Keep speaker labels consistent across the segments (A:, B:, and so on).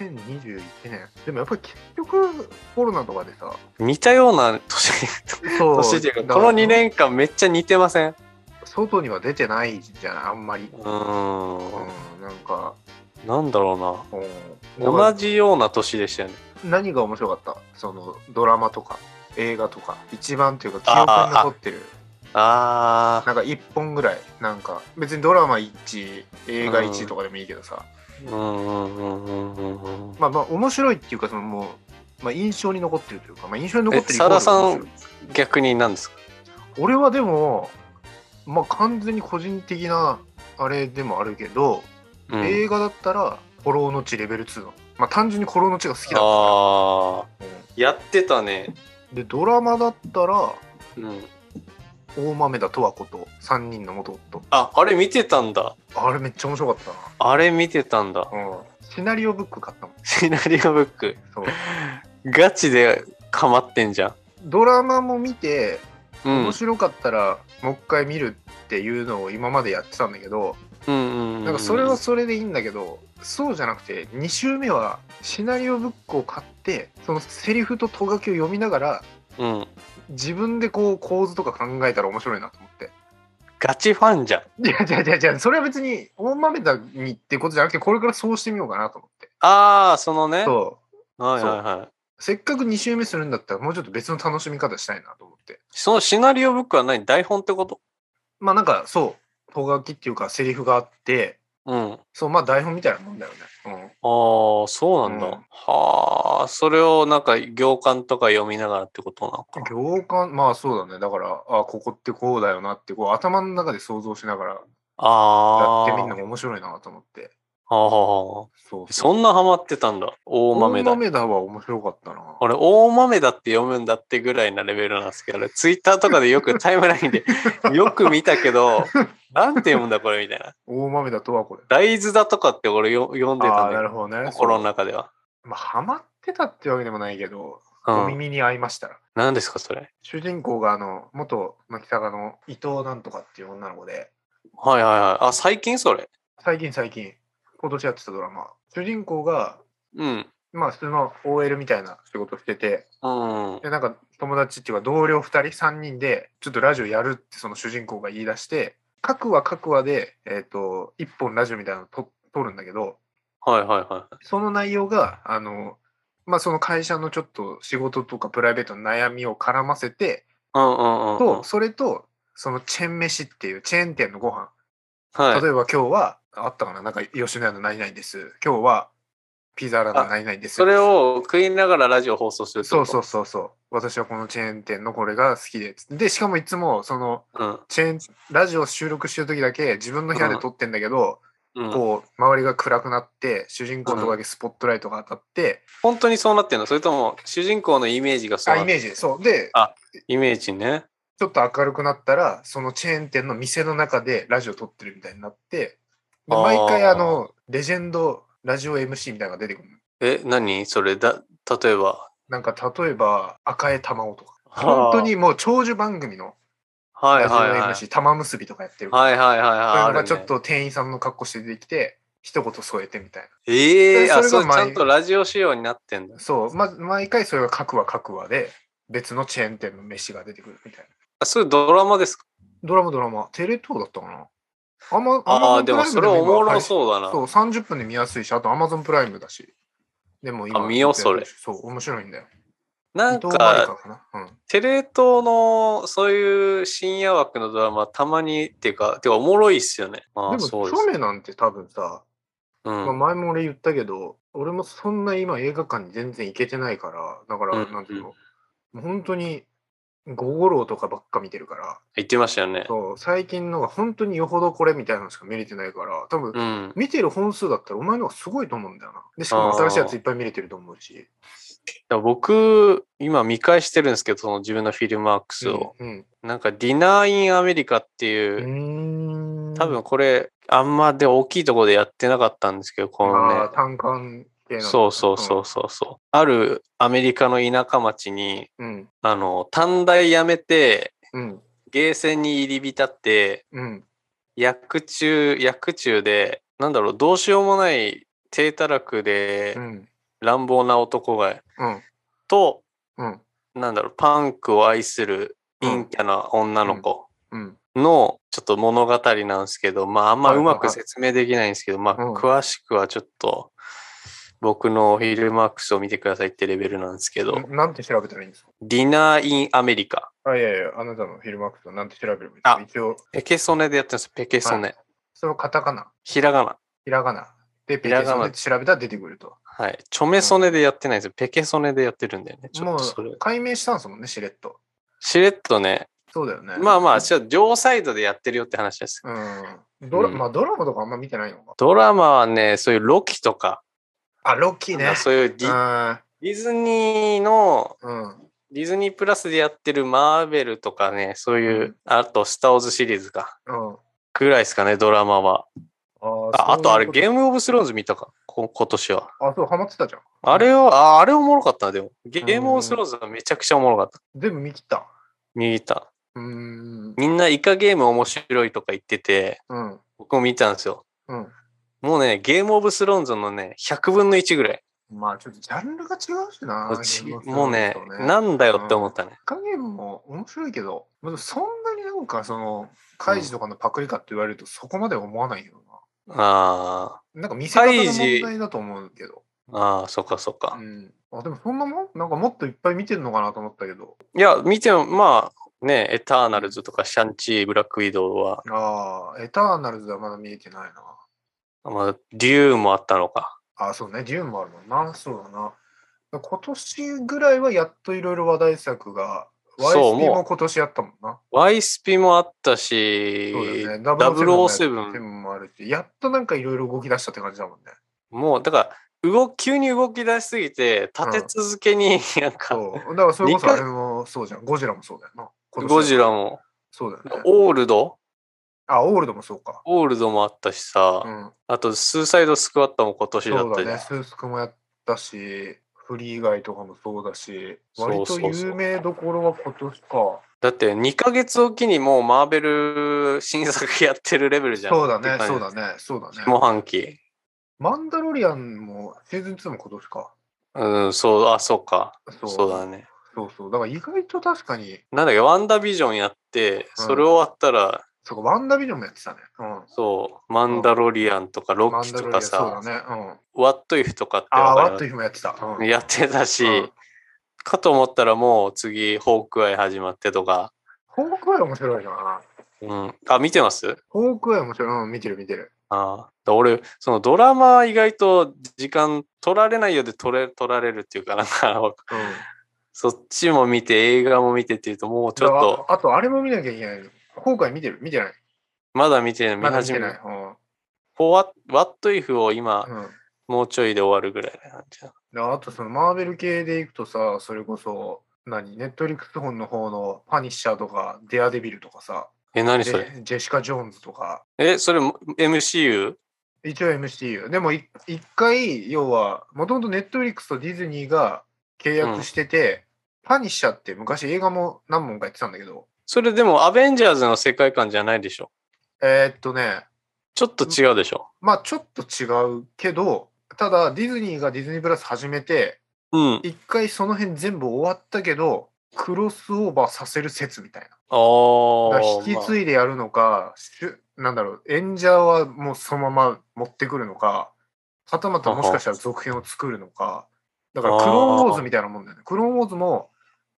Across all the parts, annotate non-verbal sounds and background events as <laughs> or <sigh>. A: 2021年でもやっぱり結局コロナとかでさ
B: 似たような年、
A: そ
B: 年っていうか、この2年間めっちゃ似てませんう
A: 外には出てないじゃんあんまり
B: ーん。
A: うんなんか
B: なんだろうな。
A: うん
B: 同じような年でしたよね。
A: 何が面白かったそのドラマとか映画とか一番というか記憶に残ってる
B: あ
A: なんか1本ぐらいなんか別にドラマ1映画
B: う
A: 1
B: ん
A: とかでもいいけどさ、
B: ー。うんうんうんうんうんうん。
A: まあまあ面白いっていうかそのもう、まあ、印象に残ってるというか、まあ、印象に残ってる
B: え
A: イコール
B: さださん
A: 面白い
B: 逆に何ですか
A: 俺はでもまあ完全に個人的なあれでもあるけど、
B: うん
A: 映画だったら「古老の地レベル2の」まあ単純に古老の地が好きだったか
B: ああ。
A: ら、
B: やってたね。
A: うんでドラマだったら
B: うん。
A: 大豆田十和子と3人の元夫
B: あ、あれ見てたんだ。
A: あれめっちゃ面白かっ
B: あれ見てたんだ
A: た。な、うん、シナリオブック買ったもん
B: シナリオブック。
A: そう
B: ガチでかまってんじゃん。
A: ドラマも見て
B: うん。
A: 面白かったらもう一回見るっていうのを今までやってたんだけど、
B: うんうんうん。
A: なんかそれはそれでいいんだけどそうじゃなくて2週目はシナリオブックを買ってそのセリフととがきを読みながら
B: うん。
A: 自分でこう構図とか考えたら面白いなと思って。
B: ガチファンじゃん。
A: いやいやいやいやそれは別に大豆田にってことじゃなくてこれからそうしてみようかなと思って。
B: ああ、そのね。は
A: そう
B: いはいはい。
A: せっかく2週目するんだったらもうちょっと別の楽しみ方したいなと思って
B: そのシナリオブックは何台本ってこと
A: まあなんかそうとがきっていうかセリフがあって
B: うん。あ
A: そうまあ台本みたいなもんだよね、
B: あ、そうなんだ。
A: うん
B: はあ、それをなんか行間とか読みながらってことなの
A: う
B: か
A: ん、。行間まあそうだねだからあここってこうだよなってこう頭の中で想像しながらや
B: あ
A: っ
B: あ。
A: てみるのも面白いなと思って
B: ああ。
A: そう
B: そんなハマってたんだ。大豆だ。
A: だは面白かったな
B: 俺、大豆だって読むんだってぐらいなレベルなんですけど、あれツイッターとかでよくタイムラインで <laughs> よく見たけど、なんて読むんだこれみたいな。
A: 大豆だとはこれ
B: 大豆だとかって俺よ読んで
A: あ
B: た
A: あ
B: ん
A: な
B: だ
A: る
B: よ。
A: ほどね
B: 心の中では。
A: まあハマってたってわけでもないけど、
B: う
A: お
B: ん。
A: 耳に合いましたら
B: 何ですかそれ。
A: 主人公があの元牧高の伊藤なんとかっていう女の子で
B: はいはいはい。あ、最近それ。
A: 最近最近今年やってたドラマ主人公が
B: うん。
A: まあ普通の OL みたいな仕事してて
B: うん。
A: でなんか友達っていうか同僚2人3人でちょっとラジオやるってその主人公が言い出して各話各話で、えっと1本ラジオみたいなのと撮るんだけど
B: はいはいはい。
A: その内容があの、まあ、その会社のちょっと仕事とかプライベートの悩みを絡ませて
B: うんうんうんうん。
A: とそれとそのチェーン飯っていうチェーン店のご飯
B: はい。
A: 例えば今日は、あったかな、なんか吉野家の何々です。今日はピザーラの何々です。
B: それを食いながらラジオ放送するって
A: そう
B: こと
A: そうそうそう。私はこのチェーン店のこれが好きで。で、しかもいつもその
B: うん。
A: チェーン、ラジオ収録してる時だけ自分の部屋で撮ってんだけど、
B: うん。
A: こう、周りが暗くなって、主人公のとこだけスポットライトが当たって、
B: 本当にそうなってんのそれとも主人公のイメージがそう
A: あ、
B: な
A: イ
B: ってる
A: メージ。そう。で、
B: イメージね。
A: ちょっと明るくなったら、そのチェーン店の店の中でラジオ撮ってるみたいになって、で
B: あー
A: 毎回あの、レジェンドラジオ MC みたいなのが出てくるの。
B: え、何それだ、例えば。
A: なんか例えば赤江玉緒とか <laughs> 本当にもう長寿番組の
B: はい
A: ラジオ
B: はいはい。
A: MC 玉結びとかやってるから
B: はいはいはいは
A: そう
B: い。
A: いう
B: あ
A: の
B: る
A: が
B: ね
A: ちょっと店員さんの格好して出てきて一言添えてみたい
B: ええ
A: で
B: あ、
A: そ
B: そ
A: れ
B: う、
A: が
B: ち
A: 前
B: ゃんとラジオ仕様になってんだ
A: な。そう、ま、毎回それが各話各話で別のチェーン店の飯が出てくるみたいな
B: あ、それドラマですか
A: ドラマドラマテレ東だったかなあんま
B: あ
A: Amazon
B: あー、で
A: プラ
B: も
A: イム
B: それおもろ
A: う
B: そうだな。
A: そう30分で見やすいしあと Amazon プライムだしでも今
B: あ見ようそれ
A: そう面白いんだよ伊
B: なん
A: 藤まりか
B: か、
A: かなうん
B: テレ東のそういう深夜枠のドラマ、たまにっていうか、てかおもろいっすよね。あ
A: で
B: あ、
A: も
B: そう
A: 著
B: です。
A: 名なんて多分さ
B: う
A: まあ、
B: ん。
A: 前も俺言ったけど、俺もそんな今映画館に全然行けてないから、だから、
B: うん
A: なんていうの、もう本当に、ゴゴロとかばっか見てるから、
B: 言ってましたよね。
A: そう、最近のが本当によほどこれみたいなのしか見れてないから、多分、
B: うん。
A: 見てる本数だったらお前の方がすごいと思うんだよな。で、しかも新しいやついっぱい見れてると思うし。
B: いや僕、今見返してるんですけど、その自分のフィルマークスを。
A: うん。
B: なんか、ディナー・イン・アメリカって
A: う
B: いう、
A: ん。うーん
B: 多分これ、あんまで大きいところでやってなかったんですけど、このね。
A: あー単管系の。
B: そうそうそうそうそう。あるアメリカの田舎町に、
A: うん。うん。
B: あの、短大辞めて、
A: うん。
B: ゲーセンに入り浸って、
A: うん。
B: 薬中、薬中で、なんだろう、どうしようもない低たらくで
A: うん。
B: 乱暴な男が、
A: うん。
B: と、
A: うん。
B: なんだろう、パンクを愛する陰キャな女の子
A: うん。
B: のちょっと物語なんですけど、まああんまうまく説明できないんですけど、まあ
A: うん
B: 詳しくはちょっと僕のフィルマークスを見てくださいってレベルなんですけど、
A: んなんて調べたらいいんですか
B: ディナー・イン・アメリカ。
A: あ、いやいや、あなたのフィルマークスはなんて調べればいいですか
B: あ
A: 一応、
B: ペケソネでやってます、ペケソネ。
A: そのカタカナ、
B: ひらがな。
A: ひらがな。で、ペ
B: ひ
A: ー
B: ら
A: ジ
B: がな
A: で調べたら出てくると。
B: はい。チョメソネでやってないんですよ。ペケソネでやってるんだよね。ちょ
A: も
B: っとそれ
A: う、。解明したんですもんね、しれっと。
B: しれっとね、
A: そうだよね。
B: まあまあ、ちょっと両サイドでやってるよって話です。
A: うん。ドラ,、
B: うん
A: まあ、ドラマとかあんま見てないのか。
B: ドラマはね、そういうロキとか、
A: あ、ロッキー
B: なん
A: ね
B: か。そういうディ,、ディズニーの、
A: うん。うん。
B: ディズニープラスでやってるマーベルとかね、そういう、
A: うん
B: あとスター・ウォーズシリーズか、
A: うん。
B: ぐらいですかね、ドラマは。
A: あ
B: ああとあれ、ゲ
A: ー
B: ーム・オブ・スローンズ見たか、こ今年は。
A: ム。あ、そう、ハマってたじゃん。
B: あれを、ああれおもろかったな、でも。ゲーム・オブ・スローンズはめちゃくちゃおもろかった。
A: 全部見切った。
B: 見た。
A: うーん。
B: みんなイカゲーム面白いとか言ってて、
A: うん。
B: 僕も見たんですよ。
A: うん。
B: もうね、ゲーム・オブ・スローンズのね、100分の1ぐらい。
A: まあ、ちょっとジャンルが違うしな。
B: ち
A: ゲーム
B: もうね
A: そうですよ、
B: なんだよって思ったね。
A: イカゲームも面白いけど、まあそんなになんか、その、カイジとかのパクリかって言われると、そこまでは思わないよ
B: あ
A: な。なんか見せ方の
B: カイ
A: 問
B: ジ
A: 題だと思うけど。
B: あ、ああ、そっかそっか
A: う。ん。あ、でもそんなもんなんかもっといっぱい見てるのかなと思ったけど。
B: いや、見ても、まあ、ね、エターナルズとかシャンチー、ブラックウィドウは、
A: ああ、エターナルズはまだ見えてないな。
B: まあ、デューンもあったのか。
A: あ、そうね、デューンもあるもんな。そうだな。今年ぐらいはやっといろいろ話題作が、YSP
B: そうもう
A: も今年やったもんな。
B: ワイスピもあったし、
A: そうだよね。
B: 007
A: 007もあるし、やっとなんかいろいろ動き出したって感じだもんね。
B: もう、だから、動急に動き出しすぎて、立て続けに、なんか、
A: そう。だからそれこそ
B: 二
A: あ
B: 回
A: れもそうじゃん。ゴジラもそうだよな。今年は
B: ゴジラも、
A: そうだよね。
B: オールド
A: あ、オールドもそうか。
B: オールドもあったしさ、
A: うん。
B: あと、スーサイドスクワットも今年だ
A: そ
B: っ
A: う
B: たじ
A: だ
B: ゃん
A: ね。。スースクもやったし、フリー以外とかもそうだし、割
B: そ
A: と
B: うそうそう
A: 有名どころは今年か。
B: だって2ヶ月おきにもうマーベル新作やってるレベルじゃん。
A: そうだ
B: って
A: ね、
B: 感じ
A: そうだね、そうだね。
B: 下半期。
A: マンダロリアンもシーズン2も今年か。
B: うん、そう、あ、そうか。
A: そ
B: そうだね。
A: そうそう。だから意外と確かに、
B: なんだっけ、ワンダービジョンやって、
A: うん
B: それ終わったら、
A: そうか、ワンダービジョンもやってたね。う
B: そう、マンダロリアンとかロ
A: ん。マ
B: ッ
A: ン
B: キ
A: ダ
B: ー
A: ロ
B: と
A: リア
B: か
A: ン、そ
B: さ
A: う、だね。うん。
B: ワットイフとかって
A: ああ、
B: わ
A: ワッ
B: か
A: ト
B: る
A: イフもやってた。うん。
B: やってたし、
A: うん
B: かと思ったらもう次、ホークアイ始まってとか、
A: ホークアイ面白いな。
B: うん。あ、見てます
A: ホークアイ面白い。うん、見てる見てる。
B: ああ、俺、そのドラマは意外と時間取られないようで取れ取られるっていうかなんか、
A: うん。
B: そっちも見て、映画も見てっていうと、もうちょっと、
A: ああと、あれも見なきゃいけないの。ホークアイ見てる見てない
B: まだ見てない、見
A: まだ見
B: 始
A: て
B: め
A: な
B: ないい。。
A: うん。
B: こうワッワットイフを今、
A: うん
B: もうちょいで終わるぐらいな感じだ。
A: であとそのマーベル系でいくとさ、それこそ、何、ネットリックス本の方のパニッシャーとか、デアデビルとかさ、
B: え、何それ
A: でジェシカ・ジョーンズとか、
B: え、それ MCU?
A: 一応 MCU。でもい一回、要は、もともとネットフリックスとディズニーが契約してて、パニッシャーって昔映画も何本かやってたんだけど、
B: それでもアベンジャーズの世界観じゃないでしょ。
A: えーっとね、
B: ちょっと違うでしょ。
A: まあちょっと違うけど、ただディズニーがディズニープラス始めて、
B: うん。
A: 一回その辺全部終わったけど、クロスオーバーさせる説みたいな。
B: あ
A: だ
B: あ
A: から。引き継いでやるのか、しゅなんだろう、演者はもうそのまま持ってくるのか、はたまたもしかしたら続編を作るのか、だからクローンウォーズみたいなもんだよね。クローンウォーズも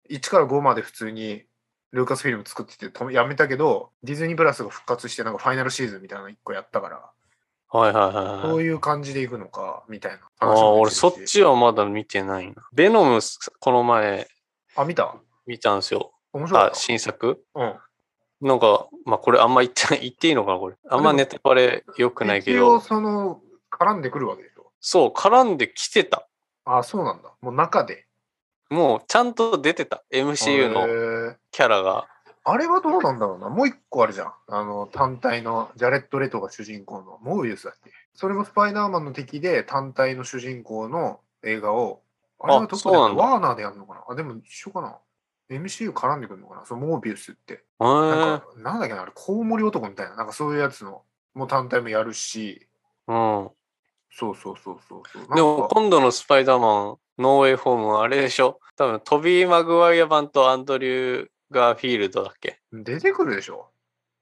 A: 1から5まで普通にルーカスフィルム作ってて止めやめたけど、ディズニープラスが復活してなんかファイナルシーズンみたいなの1個やったから、
B: まあはいはいはいはい。
A: そういう感じでいくのか、みたいな
B: あ
A: 話
B: あ、
A: も
B: 俺
A: 出てるし
B: そっ。ちはまだ見てないな。ベノム、この前
A: あ、見た
B: 見たんですよ。
A: 面白か
B: あ
A: っ、
B: 新作
A: た。うん。
B: なんか、まあこれあんま言って言っていい <laughs> のかな、これ。あんまネタバレ良くないけ
A: 一応
B: ど。
A: その、絡んでくるわけでしょ。
B: そう、絡んできてた。
A: あ、そうなんだ。もう中で。
B: もうちゃんと出てた。MCU
A: へ
B: の
A: ー
B: キャラが。
A: あれはどうなんだろうな。もう一個あるじゃん。あの、単体の、ジャレット・レトが主人公の、モービウスだっけそれもスパイダーマンの敵で、単体の主人公の映画を、あれはどこで
B: そうなんだ
A: ワーナーでやるのかなあ、でも一緒かな。MCU 絡んでくるのかなそのモービウスって。
B: へ
A: な
B: え
A: んか、なんだっけな、あれ、コウモリ男みたいな、なんかそういうやつの、もう単体もやるし、
B: うん。
A: そうそうそうそうそう。
B: でも
A: なんか
B: 今度のスパイダーマン、ノーウェイホームはあれでしょ多分トビー・マグワイア版とアンドリュー・ガーフィールドだっけ
A: 出てくるでしょ。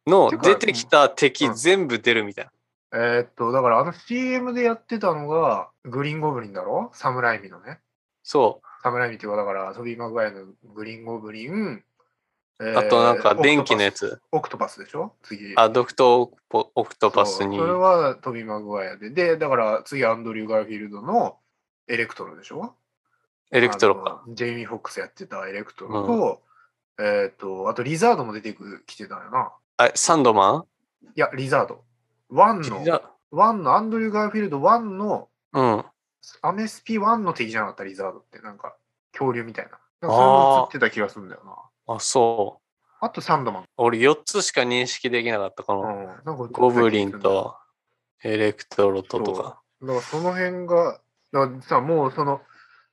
B: の
A: てか
B: 出てきた敵
A: うん
B: 全部出るみたいな。
A: えーっと、だからあの CM でやってたのが、グリーンゴブリンだろサムライミのね。
B: そ
A: サムライミっていうか、だから、トビー・マグワイアのグリーンゴブリン。え
B: う。
A: ー
B: あとなんか電気のや。つ。
A: オクトパスオクトパスでしょ次。
B: あ、ドクトオクポオクトパスに
A: そう。それはトビー・マグワイアで。で、だから次アンドリュー・ガーフィールドのエレクトロでしょ
B: エレクトロか。
A: あのジェイミー・フォックスやってたエレクトロと、えーっと、あとリザードも出てくきてたよな。
B: あ、サンドマ
A: いや、リザード。ワン
B: ン
A: の
B: い、や
A: ワンの、アンドリュー・ガーフィールドワンの、
B: うん。
A: アメスピワンの敵じゃなかった、リザードって。なんか、恐竜みたいな。なんかそういうの映ってた気がするんだよな。
B: あ、そう。
A: あとサンドマン。
B: 俺4つしか認識できなかった。こ
A: う
B: の
A: ん。なんか
B: ゴブリン。とエレクトロととか。
A: だからその辺が、だからさ、もうその、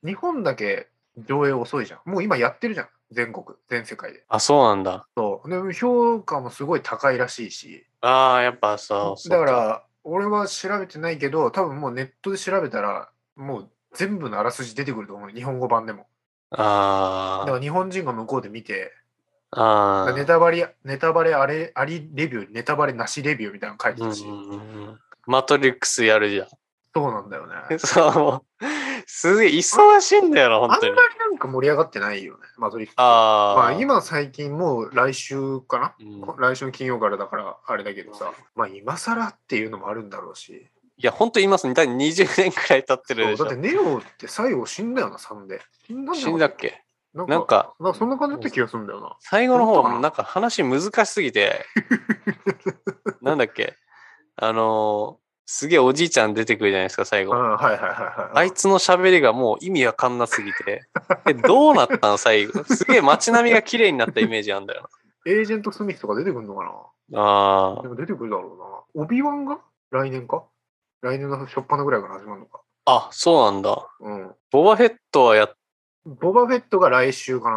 A: 日本だけ上映遅いじゃん。もう今やってるじゃん。全国、全世界で。
B: あ、そうなんだ。
A: そう。でも評価もすごい高いらしいし。
B: ああ、やっぱさ。そう
A: だから、俺は調べてないけど、多分もうネットで調べたら、もう全部のあらすじ出てくると思う。日本語版でも。だ
B: あ
A: から日本人が向こうで見て、
B: あ。ああ。
A: ネタバレ、ネタバレあれ、ありレビュー、ネタバレなしレビューみたいなの書いて
B: うん
A: た
B: う
A: し、
B: んうんうんマトリックスやる
A: <laughs>
B: じゃ
A: そうなんだよね。
B: ん。そう。すげえ忙しいんだよな、
A: あんま
B: 本当
A: り
B: に。
A: なんか盛り上がってないよね、マトリックス。
B: あ
A: まあ
B: あ。
A: 今最近もう来週かな、
B: うん、
A: 来週の金曜からだからあれだけどさ、まあ今更っていうのもあるんだろうし、
B: いや、本当今すぐ、だい20年くらい経ってるでし
A: そうだって
B: ょ。
A: ネオって最後死んだよな、3で。死んだんだ
B: 死んだっけ
A: なん
B: なんか、
A: なんかそんな感じだった気がするんだよな。
B: 最後の
A: 本
B: 方
A: 当かな
B: なんか話難しすぎ
A: <laughs>
B: て、なんだっけあのーすげえおじいちゃん出てくるじゃないですか、最後。
A: うん、はいはいはいはい。
B: あいつの喋りがもう意味わかんなすぎて。え、どうなったの最後。すげえ街並みが綺麗になったイメージあんだよ
A: エージェント・スミスとか出てくるのかな
B: な。あ
A: でも出てくるだろうな。オビワンが来年か来年の初っ端ぐらいから始まるのか。
B: あ。あ、そうなんだ。
A: うん。
B: ボバフェットはやっ
A: ボバフェットが来週か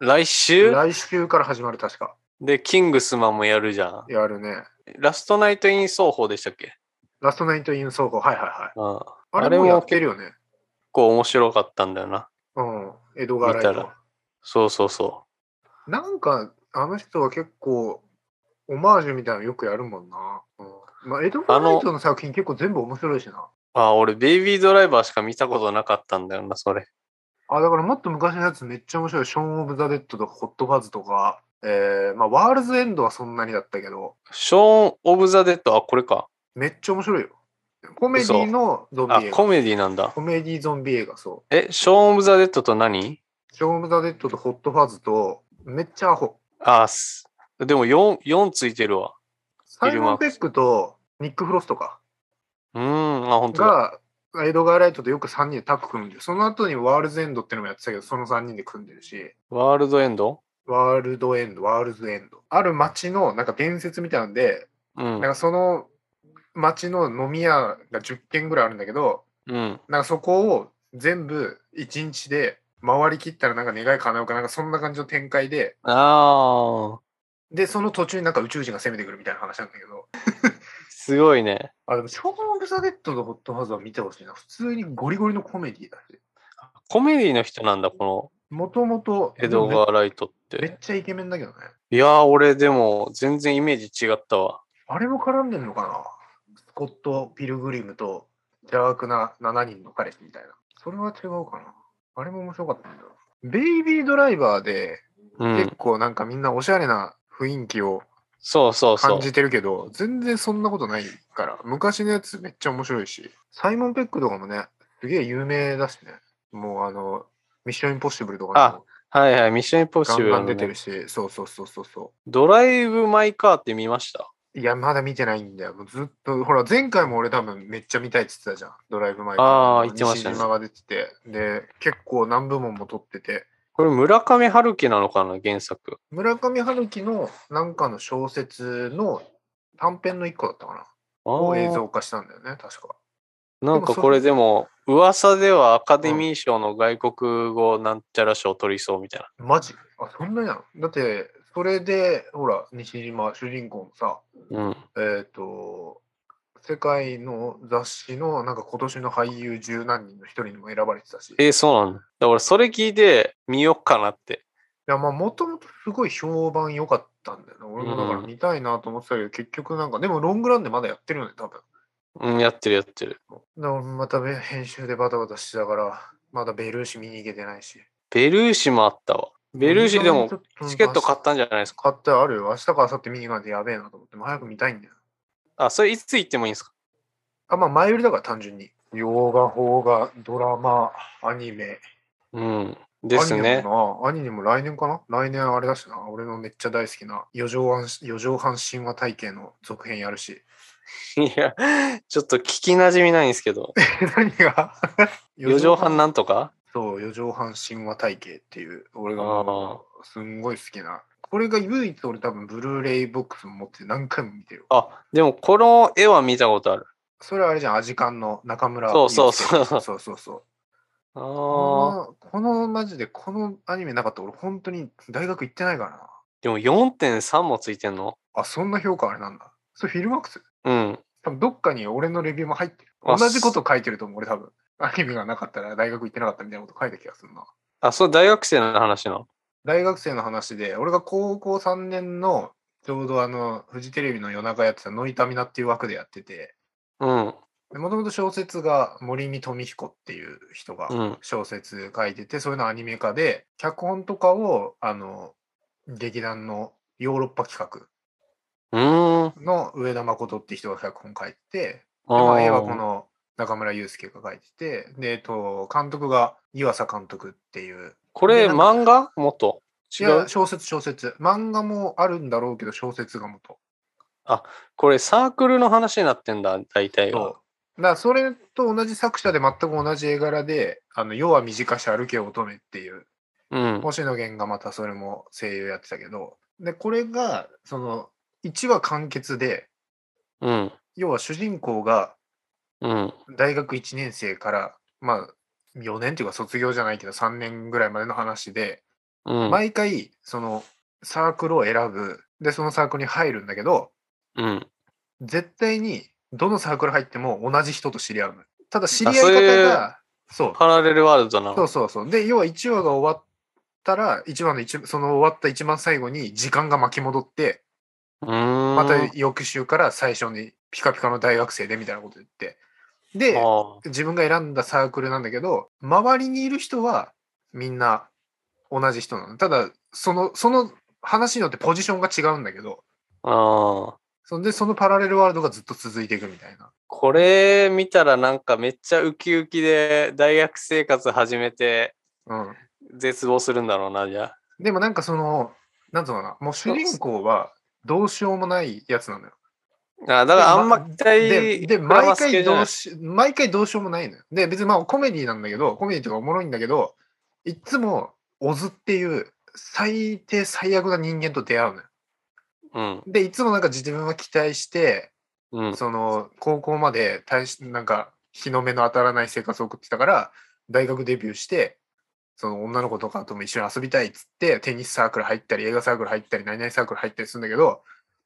A: な
B: 来週
A: 来週から始まる確か。
B: で、キングスマンもやるじゃん。
A: やるね。
B: ラストナイトイン奏法でしたっけ
A: ラストナイト・イン・ソーはいはいはい。
B: うん。
A: あ
B: あれ
A: れ
B: も
A: もやってるよね。
B: こう面白かったんだよな。
A: うん。江戸川ライ
B: 見た
A: ト
B: ら。そうそうそ
A: なんか、あの人は結構、オマージュみたいなのよくやるもんな。うん。まあ、江戸川ライトの作品結構全部面白いしな。
B: う。あ、俺、ベイビードライバーしか見たことなかったんだよな、それ。
A: あ、だからもっと昔のやつめっちゃ面白い。ショーン・オブ・ザ・デッドとか、ホット・ファズとか、えー、まあ、ワールズ・エンドはそんなにだったけど、
B: ショーン・オブ・ザ・デッド、あ、これか。
A: めっちゃ面白いよ。コメディのゾンビ
B: あ、
A: 映画。
B: コメディなんだ。
A: コメディゾンビ映画、そ
B: え、ショーン・オブ・ザ・デッドと何
A: う。ショーン・オブ・ザ・デッドとホット・ファズと、めっちゃアホ。
B: あ、すでも4、4ついてるわ。
A: サイ
B: ル
A: モ
B: マー
A: ン・
B: ク
A: ペックとニック・フロストか。
B: うーん、あ、本当だ。
A: が、エドガー・ライトとよく3人でタッグ組んでる。その後にワールズ・エンドってのもやってたけど、その3人で組んでるし、
B: ワールド・エンド
A: ワールド・エンド、ワールズ・エンド。ある町の、なんか伝説みたいなんで、
B: う
A: なん
B: ん。
A: かその町の飲み屋が10軒ぐらいあるんだけど、
B: うん。
A: なんかそこを全部1日で回りきったらなんか願い叶うかなんかそんな感じの展開で、
B: ああ、
A: で、その途中になんか宇宙人が攻めてくるみたいな話なんだけど、
B: すごいね。
A: あ、でも、ショーン・オブ・ザ・デッドとホット・ハズは見てほしいな。普通にゴリゴリのコメディだし。
B: コメディの人なんだ、この
A: もともと、
B: エドガー・ライトっ。
A: めってちゃイケメンだけどね。
B: いやー、俺でも全然イメージ違ったわ。
A: あれも絡んでんのかなスコット・ピルグリムと邪悪な7人の彼氏みたいな。それは違うかな。あれも面白かったんだよ。ベイビードライバーで
B: う
A: 結
B: ん。
A: 構なんかみんなおしゃれな雰囲気を
B: そうそうそ
A: 感
B: う。
A: じてるけど、全然そんなことないから、昔のやつめっちゃ面白いし、サイモン・ペックとかもね、すげえ有名だしね。もうあの、ミッション・インポッシブルとかにも
B: はいはい、ミッションインポッ
A: ガ
B: シブ
A: ン
B: ル
A: ガ
B: の
A: ン
B: ね、
A: 出てるし、そうそうそうそうそう。
B: ドライブ・マイ・カーって見ました
A: いや、まだ見てないんだよ。もうずっと、ほら、前回も俺多分めっちゃ見たいって言ってたじゃん。ドライブ前から。
B: あー言ってましたね
A: 西島が出てて。で、結構何部門も撮ってて。
B: これ村上春樹なのかな、原作。
A: 村上春樹のなんかの小説の短編の一個だったか
B: あ
A: な。を映
B: ー
A: 像化したんだよね、確か。
B: なんかこれでも、噂ではアカデミー賞の外国語なんちゃら賞取りそうみたい
A: マジあ、そんなやん。だって、それで、ほら、西島、主人公のさ、
B: な。うん。
A: えっ、と、世界の雑誌のなんか今年の俳優十何人の一人にも選ばれてたし、い
B: えー、そうなんだ。だから俺、それ聞いて見よっかなって。
A: やまあもともとすごい評判良かったんだよね。俺もだから見たいなと思ってたけど、結局なんか、でもロングランでまだやってるよね、多分。
B: うん、やってるやってる。
A: でもまたべ編集でバタバタしてたから、まだベルーシ見に行けてないし。
B: ベルーシもあったわ。ベルーシでもチケット買ったんじゃないです
A: 買
B: か。
A: ってあるよ。明日か明後日見に行かないとやべえなと思って、もう早く見たいんだよ。
B: あ、それいつ行ってもいいんですか
A: あ、まあ前売りだから単純に。洋画、邦画、ドラマ、アニメ。
B: うん。ですね。
A: アニメもな。アニメも来年かな来年あれだしな。俺のめっちゃ大好きな四畳半四畳半神話体系の続編やるし。
B: いや、ちょっと聞き馴染みないんですけ
A: <laughs>
B: ど。
A: 何が
B: 四畳半なんとか
A: そう、四畳半神話体系っていう、俺が
B: あ
A: もうすんごい好きな。これが唯一俺多分ブルーレイボックスも持って何回も見てる。
B: あ、でもこの絵は見たことある。
A: それはあれじゃん、アジカンの中村
B: そうそうそう
A: 祐介そうそうそう。
B: ああ。
A: このこのマジでこのアニメなかったら俺本当に大学行ってないからな。
B: でも4.3もついてんの
A: あ、そんな評価あれなんだ。それフィルマックス
B: うん。
A: 多分どっかに俺のレビューも入ってる。
B: あ
A: 同じこと書いてると思う、俺多分。アニメがなかったら大学行ってなかったみたいなこと書いた気がするな。
B: あ、そう、大学生の話なの。
A: 大学生の話で、俺が高校3年の、ちょうどあの、フジテレビの夜中やってたノイタミナっていう枠でやってて、
B: うん。
A: もともと小説が森見富彦っていう人が
B: うん。
A: 小説書いてて、そういうのアニメ化で、脚本とかを、あの、劇団のヨーロッパ企
B: うーん。あ
A: 画の上田誠って人が脚本書いてて、でまあ、絵はこ
B: あ。
A: の中村祐介が書いてて、で、えっと、監督が岩佐監督っていう、
B: こ
A: で
B: れ
A: なんか
B: 漫画もっと
A: い
B: 違
A: や
B: う。
A: 小説、小説。漫画もあるんだろうけど、小説が元。
B: これサークルの話になってんだ、大体
A: そう
B: は。。
A: だからそれと同じ作者で全く同じ絵柄で、あの、世は短し歩け乙女っていう、
B: うん。
A: 星野源がまたそれも声優やってたけど、で、これが、その、1話完結で、
B: うん。
A: 要は主人公が
B: うん。
A: 大学1年生から、まあ、4年っていうか卒業じゃないけど、3年ぐらいまでの話で、
B: うん。
A: 毎回そのサークルを選ぶでそのサークルに入るんだけど
B: うん。
A: 絶対にどのサークル入っても同じ人と知り合うのただ知り合い
B: そうい
A: 方
B: う
A: がそう
B: パラレルワールドな
A: そう
B: の。
A: そうそうで要は1話が終わったら1話の一その終わった一番最後に時間が巻き戻って
B: うーん。
A: また翌週から最初にピカピカの大学生でみたいなこと言ってで
B: あ
A: 自分が選んだサークルなんだけど周りにいる人はみんな同じ人なのただそのその話によってポジションが違うんだけど
B: あ。ああ。
A: そんでそのパラレルワールドがずっと続いていくみたいな
B: これ見たらなんかめっちゃウキウキで大学生活始めて
A: うん
B: 絶望するんだろうな、じゃあ。
A: でもなんかそのなんつうのかなもう主人公はどうしようもないやつなのよ
B: あだからあんま期待
A: でで
B: 膨ら
A: 毎
B: ます
A: 回
B: 系じゃ
A: ど
B: な
A: う
B: い
A: し毎回どうしようもないのよで別にまあコメディなんだけどコメディとかおもろいんだけどいっつもオズっていう最低最悪な人間と出会うのよ
B: うん。
A: でいつもなんか自分は期待して
B: うん。
A: その高校まで大しなんか日の目の当たらない生活を送ってたから大学デビューしてその女の子とかとも一緒に遊びたいっつってテニスサークル入ったり映画サークル入ったり何々サークル入ったりするんだけど、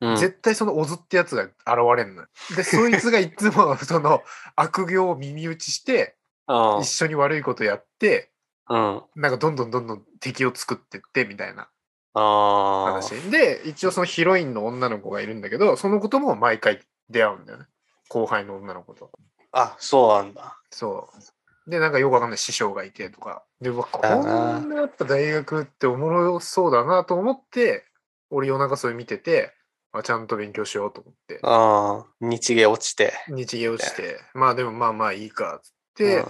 B: うん
A: 絶対そのオズってやつが現れんのよでそいつがいつ
B: <laughs>
A: もその悪行を耳打ちして
B: あ
A: 一緒に悪いことやって
B: あうん。
A: なんかどんどんどんどん敵を作ってってみたいな
B: ああ。
A: 話で一応そのヒロインの女の子がいるんだけどその子とも毎回出会うんだよね後輩の女の子と
B: あ、そうなんだ。
A: そうでなんかよくわかんない師匠がいてとかでうわこ
B: だ
A: ん
B: な
A: なやっぱ大学っておもろそうだなと思って俺夜中それ見ててあちゃんと勉強しようと思って
B: ああ。日芸落ちて。
A: 日芸をしてまあでもまあまあいいかっつって、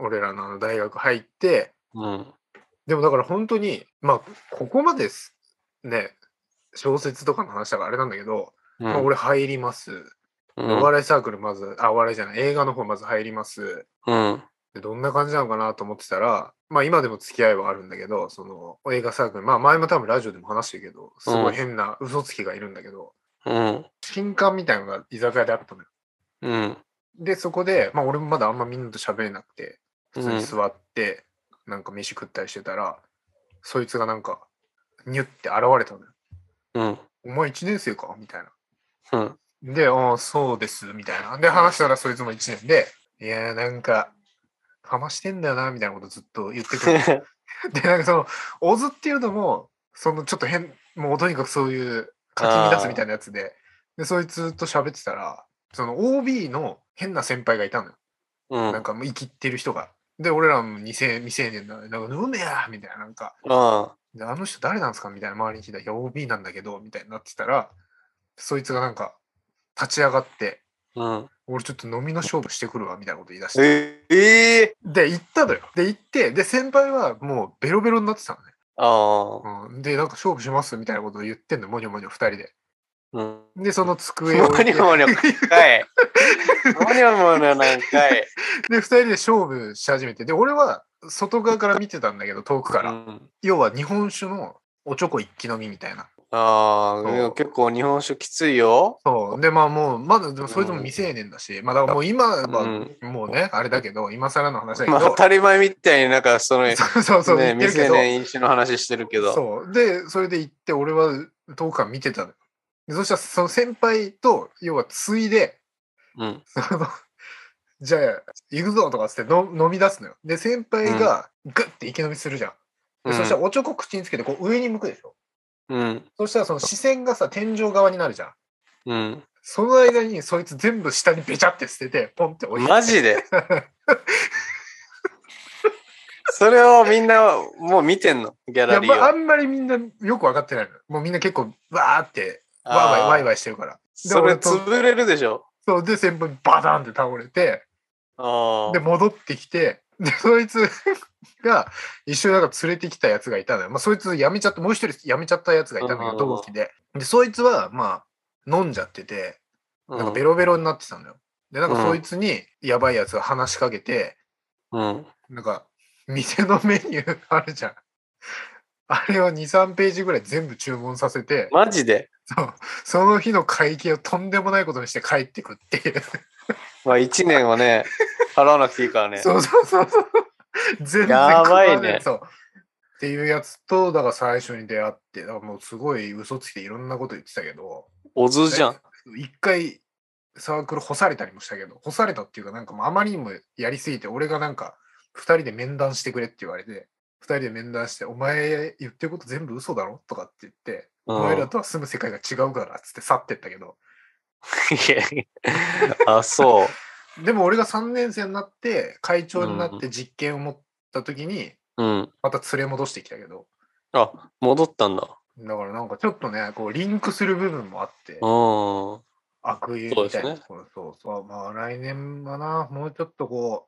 A: 俺らのあの大学入って
B: うん、うん。
A: でもだから本当にまあここまですね小説とかの話だからあれなんだけど、
B: う
A: まあ
B: ん
A: 俺入ります
B: うん
A: お笑いサークルまず、あ、お笑いじゃない、映画の方まず入ります。
B: うん。
A: でどんな感じなのかなと思ってたら、まあ今でも付き合いはあるんだけど、その映画サークル、まあ前も多分ラジオでも話してるけど、すごい変な嘘つきがいるんだけど、
B: うん。
A: 新刊みたいなのが居酒屋であったのよ。
B: うん。
A: で、そこで、まあ俺もまだあんまみんなと喋れなくて、
B: う
A: 普通に
B: ん。
A: 座って、なんか飯食ったりしてたら、そいつがなんか、ニュって現れたのよ。
B: うん。
A: お前1年生かみたいな。
B: うん。
A: で、ああ、そうです、みたいな。で、話したらそいつも1年で、いやー、なんか、かましてんだよな、みたいなことずっと言ってく
B: <laughs>
A: る。で、なんかその、オズっていうのも、そのちょっと変、もうとにかくそういう、かき乱すみたいなやつで、で、そいつと喋ってたら、その OB の変な先輩がいたのよ。
B: う
A: なん
B: ん。
A: かもう生きってる人が。で、俺らも未成未成年だなんか、飲めやみたいな、なんか、
B: あ
A: であの人誰なんですかみたいな周りに聞いたら、いや、OB なんだけど、みたいになってたら、そいつがなんか、立ち上がって、
B: あ。 <laughs> うん。
A: 俺ちょっと飲みの勝負してくるわ、みたいなこと言い出して。
B: ええ
A: で、行ったのよ。で、行って、で、先輩はもうベロベロになってたの
B: ああ。
A: ね。うん、で、なんか勝負しますみたいなことを言ってんの、もにょもにょ二人で。
B: うん。
A: で、その机を置
B: モ
A: いて
B: ニョモニョかい。モニョモニョなんかい。
A: で、二人で勝負し始めて。で、俺は外側から見てたんだけど、遠くか
B: う
A: ら。
B: ん
A: 要は日本酒のおちょこ一気飲みみたいな。
B: あ
A: そう
B: あ、でも結構日本酒きついよ。
A: そう。で、まあもう、まだ、でもそれとも未成年だし、まあだからもう今は、
B: うん
A: もうね、あれだけど、今更の話だけ
B: ま
A: ど。
B: あ当たり前みたいになんかその、
A: <laughs>
B: ね、
A: そうそうそう、言って
B: 未
A: るけ
B: 成
A: ど。
B: 年飲酒の話してるけど。
A: そう。で、それで行って、俺は遠くから見てたの。でそしたら、その先輩と、要は、ついで、
B: うん。
A: その、 <laughs> じゃあ、行くぞとかっつっての飲み出すのよ。で、先輩が、グッて生き飲みするじゃん。でそしたら、おちょこ口につけて、こう、上に向くでしょ。
B: うん。
A: そしたら、その視線がさ、天井側になるじゃん。
B: うん。
A: その間に、そいつ全部下にべちゃって捨てて、ポンって置いて。
B: マ
A: <laughs>
B: ジでそれをみんなもう見てんのギャ
A: いや
B: ラリー
A: まあ、あ
B: を。
A: んまりみんなよく分かってないの。もうみんな結構、わーって、わーわい
B: あー
A: わいわいしてるから。で
B: それ
A: 俺と
B: 潰れるでしょ。
A: そう、で、先輩バタンって倒れて、
B: あ
A: で、
B: あ。
A: 戻ってきて、で、そいつが一緒になんか連れてきたやつがいたのよ。まあ、そいつ辞めちゃった、もう一人辞めちゃったやつがいたんだけど、
B: うん
A: 同期で。で、そいつは、まあ、飲んじゃってて、なんかベロベロになってたのよ。で、なんかそいつに、やばいやつが話しかけて、
B: うん。
A: なんか、店のメニューあるじゃん。あれを2、3ページぐらい全部注文させて、
B: マジで
A: そうその日の会計をとんでもないことにして帰ってくっていう。
B: まあ1年はね、払わなくていいからね。
A: <laughs> そうそうそうそう。全然
B: やばいね
A: 食わなそう。っていうやつと、だから最初に出会って、だからもうすごい嘘つきでいろんなこと言ってたけど、
B: おずじゃん。
A: 一回サークル干されたりもしたけど、干されたっていうか、なんかもうあまりにもやりすぎて、俺がなんか、二人で面談してくれって言われて、二人で面談して、お前言ってること全部嘘だろとかって言って、
B: うん
A: お前らとは住む世界が違うからっつって去ってったけど、
B: いやあ、そう。
A: でも俺が3年生になって、会長になって実験を持った時に、
B: うん。
A: また連れ戻してきたけど、
B: あ、戻ったんだ。
A: だからなんかちょっとね、こうリンクする部分もあって
B: う、ん。
A: 悪友みたいなところ、そうそう。まあ来年はな、もうちょっとこ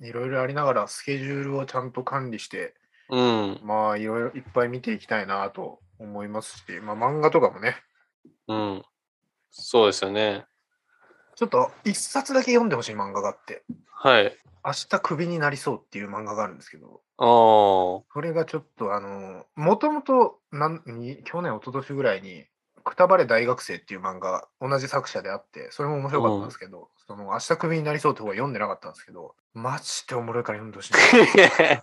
A: う、いろいろありながらスケジュールをちゃんと管理して、
B: うん。
A: まあいろいろいっぱい見ていきたいなと思いますし、まあ漫画とかもね、
B: うん。そうですよね。
A: ちょっと一冊だけ読んでほしい漫画があって、
B: はい。
A: 明日クビになりそうっていう漫画があるんですけど、
B: ああ。
A: それがちょっとあの、もともとなんに去年、一昨年ぐらいに、くたばれ大学生っていう漫画、同じ作者であって、それも面白かったんですけど、その明日クビになりそうって方は読んでなかったんですけど、マジでおもろいから読んでほしいな。
B: <laughs>
A: いや、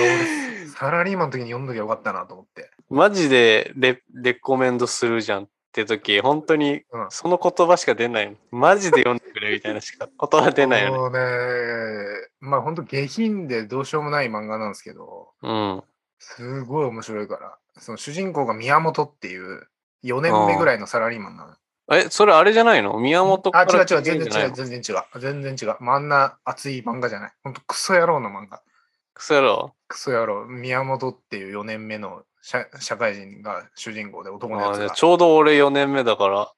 A: 俺、サラリーマンの時に読んどきゃよかったなと思って。
B: マジでレレコメンドするじゃんって時、本当に
A: うん
B: その言葉しか出ないの。マジで読んでくれみたいなし
A: <laughs>
B: か言葉出ないよね。
A: もうね、まあ本当下品でどうしようもない漫画なんですけど、
B: うん。
A: すごい面白いから、その主人公が宮本っていう、4年目ぐらいのサラリーマンなの。
B: え、それあれじゃないの宮本か
A: あ、
B: ら
A: 違う違う、
B: 聞いて
A: 全
B: んじ
A: 然違、
B: ゃないうの
A: 全然違う。全然違う。まあ、あんな熱い漫画じゃない。ほんと、クソ野郎の漫画。
B: クソ野郎。
A: クソ野郎。宮本っていう4年目の社社会人が主人公で男の
B: あ
A: や
B: ー
A: つ
B: じゃあ
A: が
B: ち。ょうど俺4年目だから、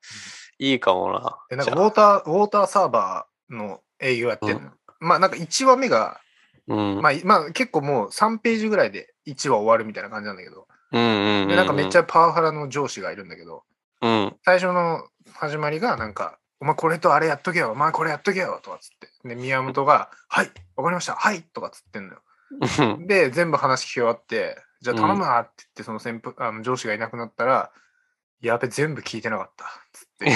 B: いいかもな。
A: で、なん
B: じ
A: か
B: ゃ
A: ウ
B: あ
A: ォーター、ウォーターサーバーの営業やってるの。まあ、なんか1話目が、
B: うん。
A: まあ、まあ、結構もう3ページぐらいで1話終わるみたいな感じなんだけど、
B: うんうんうん、
A: で、なんかめっち
B: ゃ、
A: ゃパワハラの上司がいるんだけど、
B: うん。
A: 最初の始まりがなんか、お前これとあれやっとけよ、お前これやっとけよ、とかっつって。で、宮本が、はい、わかりました、はい、とかっつってんのよ。で、全部話聞き終わって、じゃあ頼むなって言って、その先輩、あの上司がいなくなったら、やべ、全部聞いてなかった。つ
B: <laughs>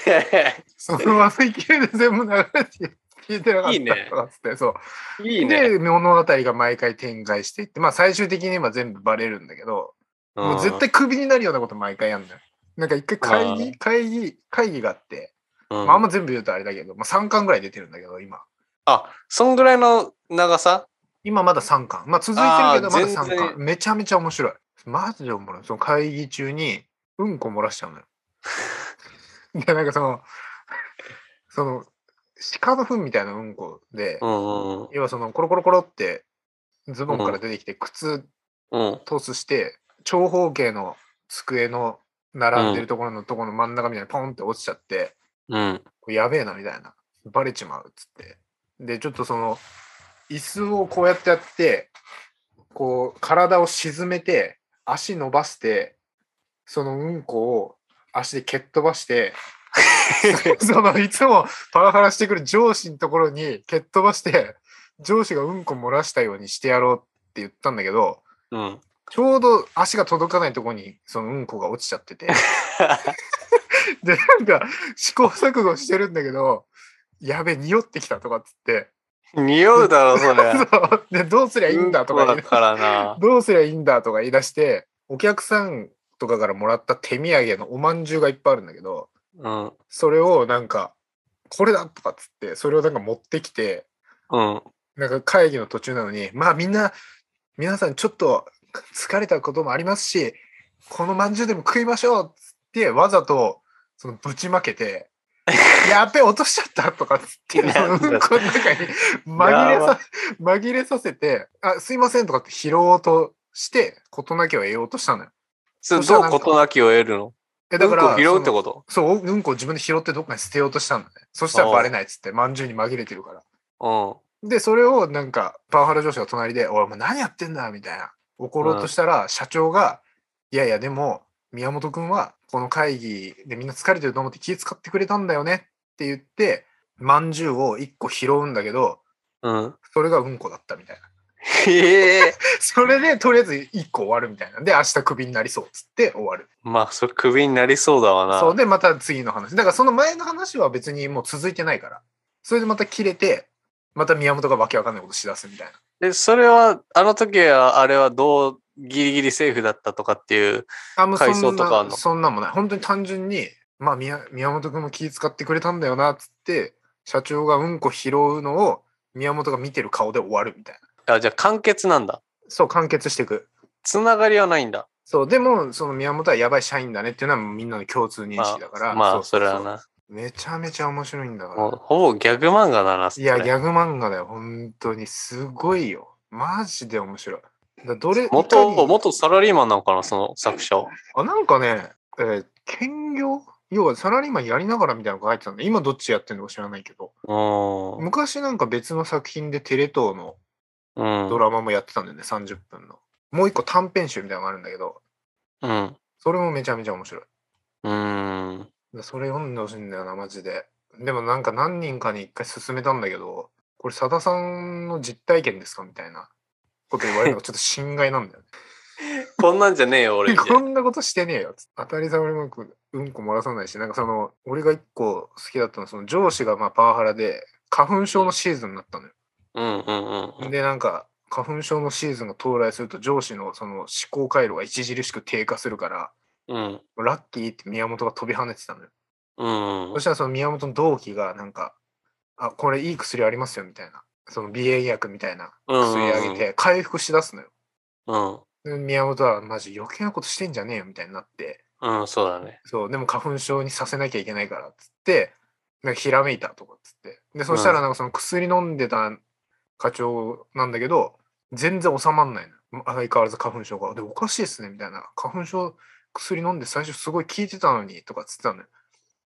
A: って、そのまま勢いで全部流れて、聞いてなかった。
B: いいね
A: とかっつって、そう。
B: <laughs> いいね。
A: で、物語が毎回展開していって、まあ最終的には全部バレるんだけど、もう絶対クビになるようなこと毎回やんのよ。なんか一回会
B: あ
A: 議、会議、会議があって、
B: うん
A: まああんま全部言うとあれだけど、まあ3巻ぐらい出てるんだけど、今。
B: あ、そんぐらいの長さ
A: 今まだ3巻。まあ続いてるけど、まだ
B: あー
A: 3
B: 全
A: 巻。めちゃめちゃ面白い。マジでおもろい。その会議中に、うんこ漏らしちゃうの
B: <laughs>
A: よ。いや、なんかその、その、鹿の糞みたいなうんこで、
B: うんうん
A: 要はその、コロコロコロって、ズボンから出てきて、靴
B: うん。うん。
A: トスして、長方形の机の並んでるところのところの真ん中みたいにポンって落ちちゃって、
B: うん。
A: これやべえなみたいなバレちまうっつってでちょっとその椅子をこうやってやってこう体を沈めて足伸ばしてそのうんこを足で蹴っ飛ばしてそのいつもパワハラしてくる上司のところに蹴っ飛ばして上司がうんこ漏らしたようにしてやろうって言ったんだけど
B: うん。
A: ちょうど足が届かないところにそのうんこが落ちちゃ
B: <laughs>
A: ってて。で、なんか試行錯誤してるんだけど、やべ、匂ってきたとかっつって、
B: 匂うだろ、それ。
A: <laughs> そうで、どうすりゃいいんだとか
B: う
A: 言
B: ん
A: い
B: こだからな。
A: どうすりゃいいんだとか言い出して、お客さんとかからもらった手土産のおまんじゅうがいっぱいあるんだけど、
B: うん。
A: それをなんか、これだとかっつって、それをなんか持ってきて、
B: うん。
A: なんか会議の途中なのに、まあみんな、皆さんちょっと疲れたこともありますし、このまんじゅうでも食いましょうっつって、わざとそのぶちまけ
B: <laughs>
A: て、やっべ、落としちゃったとかっつって、うん
B: なんだ
A: この中に紛れさ紛れさせて、あ、すいませんとかって拾おうとして、事なきを得ようとしたのよ。そ
B: それ
A: したら
B: どう
A: なんか
B: 事なきを得るの
A: え、だから、
B: うんこ拾うって
A: その
B: こと
A: そう、うんこを自分で拾ってどっかに捨てようとしたのね。そしたらバレないっつって、まんじゅうに紛れてるから。
B: う
A: で、それをなんか、パワハラ上司が隣で、おい、もう何やってんだみたいな。怒ろうとしたら、社長が、いやいや、でも、宮本君は、この会議でみんな疲れてると思って気遣ってくれたんだよねって言って、まんじゅうを1個拾うんだけど、
B: ん。 <laughs> うん。
A: それがうんこだったみたいな。 <laughs>
B: へえ。
A: それで、とりあえず1個終わるみたいな。で、明日クビになりそうっつって終わる。
B: まあ、それクビになりそうだわな。
A: そうで、また次の話。だから、その前の話は別にもう続いてないから。それでまた切れて、また宮本がわけわかんないことしだすみたいな。
B: で、それは、あの時は、あれはどう、ギリギリセーフだったとかっていう。
A: あもうそんな
B: 回想とかあんの
A: そんなんもない。本当に単純に、まあ宮、宮本君も気遣ってくれたんだよな、っつって、社長がうんこ拾うのを宮本が見てる顔で終わるみたいな。
B: あ、じゃあ完結なんだ。
A: そう、完結していく。
B: つながりはないんだ。
A: そう、でも、その宮本はやばい社員だねっていうのはもうみんなの共通認
B: ま
A: 識だから。
B: あ、まあ
A: うう
B: そうれは。な。
A: めちゃめちゃ面白いんだから。
B: もうほぼギャグ漫画だな、そ
A: い
B: れ
A: や、ギャグ漫画だよ、本当に。すごいよ。マジで面白い。だどれいか
B: 元、
A: に
B: 元サラリーマンなのかな、その作者は。
A: あ、なんかね、えー兼業要はサラリーマンやりながらみたいなのが入ってたんで、今どっちやってるのか知らないけど。
B: う
A: 昔なんか別の作品でテレ東の
B: ん。う
A: ド
B: ん。
A: ラマもやってたんだよね、30分の。もう一個短編集みたいなのがあるんだけど、
B: うん。
A: それもめちゃめちゃ面白い。
B: うん。
A: でそれ読んでほしいんだよな、マジで。でもなんか何人かに一回勧めたんだけど、これ、さださんの実体験ですかみたいなこと言われるのがちょっと心外なんだよね。
B: こんなんじゃねえよ、俺みたい
A: <laughs> こ
B: な。
A: んなことしてねえよ。当たり障りもなくうんこ漏らさないし、なんかその、俺が一個好きだったのは、その上司がまあパワハラで、花粉症のシーズンになったのよ。
B: うんうんうんうん。
A: でなんか花粉症のシーズンが到来すると上司のその思考回路が著しく低下するから
B: うん。
A: ラッキーって宮本が飛び跳ねてたのよ
B: うん
A: そ。したらその宮本の同期がなんか「あこれいい薬ありますよ」みたいなその美瑛薬みたいな薬あげて回復しだすのよ
B: うん。
A: で宮本はマジ余計なことしてんじゃねえよみたいになって
B: うん、そうだね。
A: そうでも花粉症にさせなきゃいけないからっつってなんかひらめいたとかっつってでそしたらなんかその薬飲んでた課長なんだけど全然収まんないの相変わらず花粉症がでおかしいっすねみたいな花粉症薬飲んで最初すごい効いてたのにとかっつってたのよ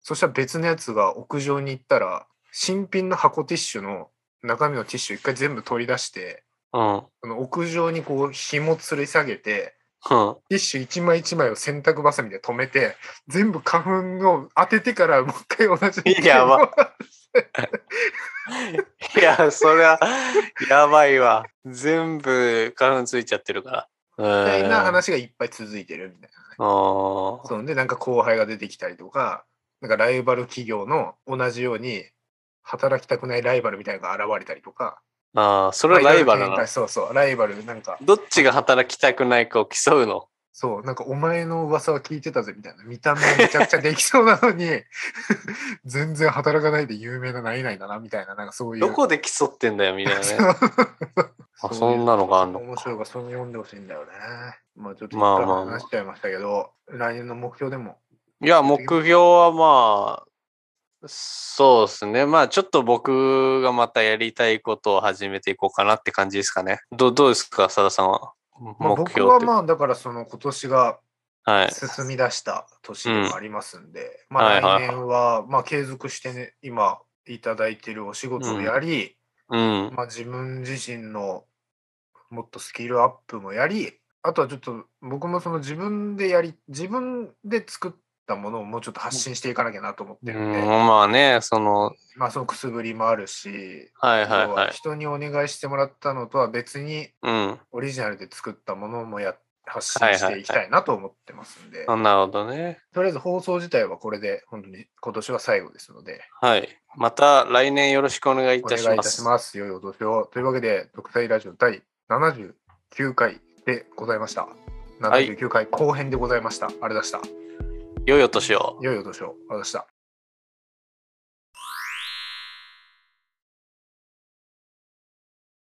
A: そしたら別のやつが屋上に行ったら新品の箱ティッシュの中身のティッシュ一回全部取り出して
B: うん。
A: その屋上にこう紐吊り下げて
B: うん。
A: ティッシュ一枚一枚を洗濯バサミで止めて、全部花粉を当ててからもう一回同じに。
B: やばいや、そりゃ、やばいわ。全部、花粉ついちゃってるから。
A: みたいな
B: うん
A: 話がいっぱい続いてるみたいなね。
B: ああ。
A: そんで、なんか後輩が出てきたりとか、なんかライバル企業の同じように、働きたくないライバルみたいなのが現れたりとか。
B: ああ、それはライバルな
A: 展開
B: の。
A: そうそう、ライバル、なんか、
B: どっちが働きたくないかを競うの。
A: そう、なんかお前の噂は聞いてたぜみたいな、見た目めちゃくちゃできそうなのに、 <laughs> 全然働かないで有名な何々だな、みたいな、なんかそういう。
B: どこで競ってんだよ、みたい
A: <laughs>
B: なね。あ、
A: そう
B: そ
A: いうん
B: なのがあんの
A: 面
B: か。
A: 白いから、それ読んでほしいんだよね。まあちょっと一
B: まあ
A: 回
B: まあまあ
A: 話しちゃいましたけど、来年の目標でも。
B: いや、目標はまあ、そうですね。まあ、ちょっと僕がまたやりたいことを始めていこうかなって感じですかね。どどうですか、さださんは。
A: まあ、
B: 目標って
A: 僕はまあ、だからその今年が
B: はい。
A: 進み出した年でもありますんで、ま
B: は
A: あ
B: いはいは
A: 来
B: い
A: 年は、まあ継続してね、今いただいているお仕事をやり、
B: うん。
A: まあ自分自身のもっとスキルアップもやり、あとはちょっと僕もその自分でやり、自分で作ったものをもうちょっと発信していかなきゃなと思って
B: う
A: るんで、
B: ん、まあね、その、
A: まあそのくすぶりもあるし、
B: は
A: 要
B: いはいは。
A: はい人にお願いしてもらったのとは別に
B: うん。
A: オリジナルで作ったものもや発信していきたいなと思ってますんで、
B: あなるほどね。
A: とりあえず放送自体はこれで本当に今年は最後ですので
B: はい。また来年よろしくお願いい
A: お
B: た
A: 願い
B: し
A: いたし
B: ま。
A: ます良いお年をというわけで「独裁ラジオ」第79回でございました
B: い
A: 79回後編でございました、あれでした
B: 良いお年を。
A: 良いお年をあれでした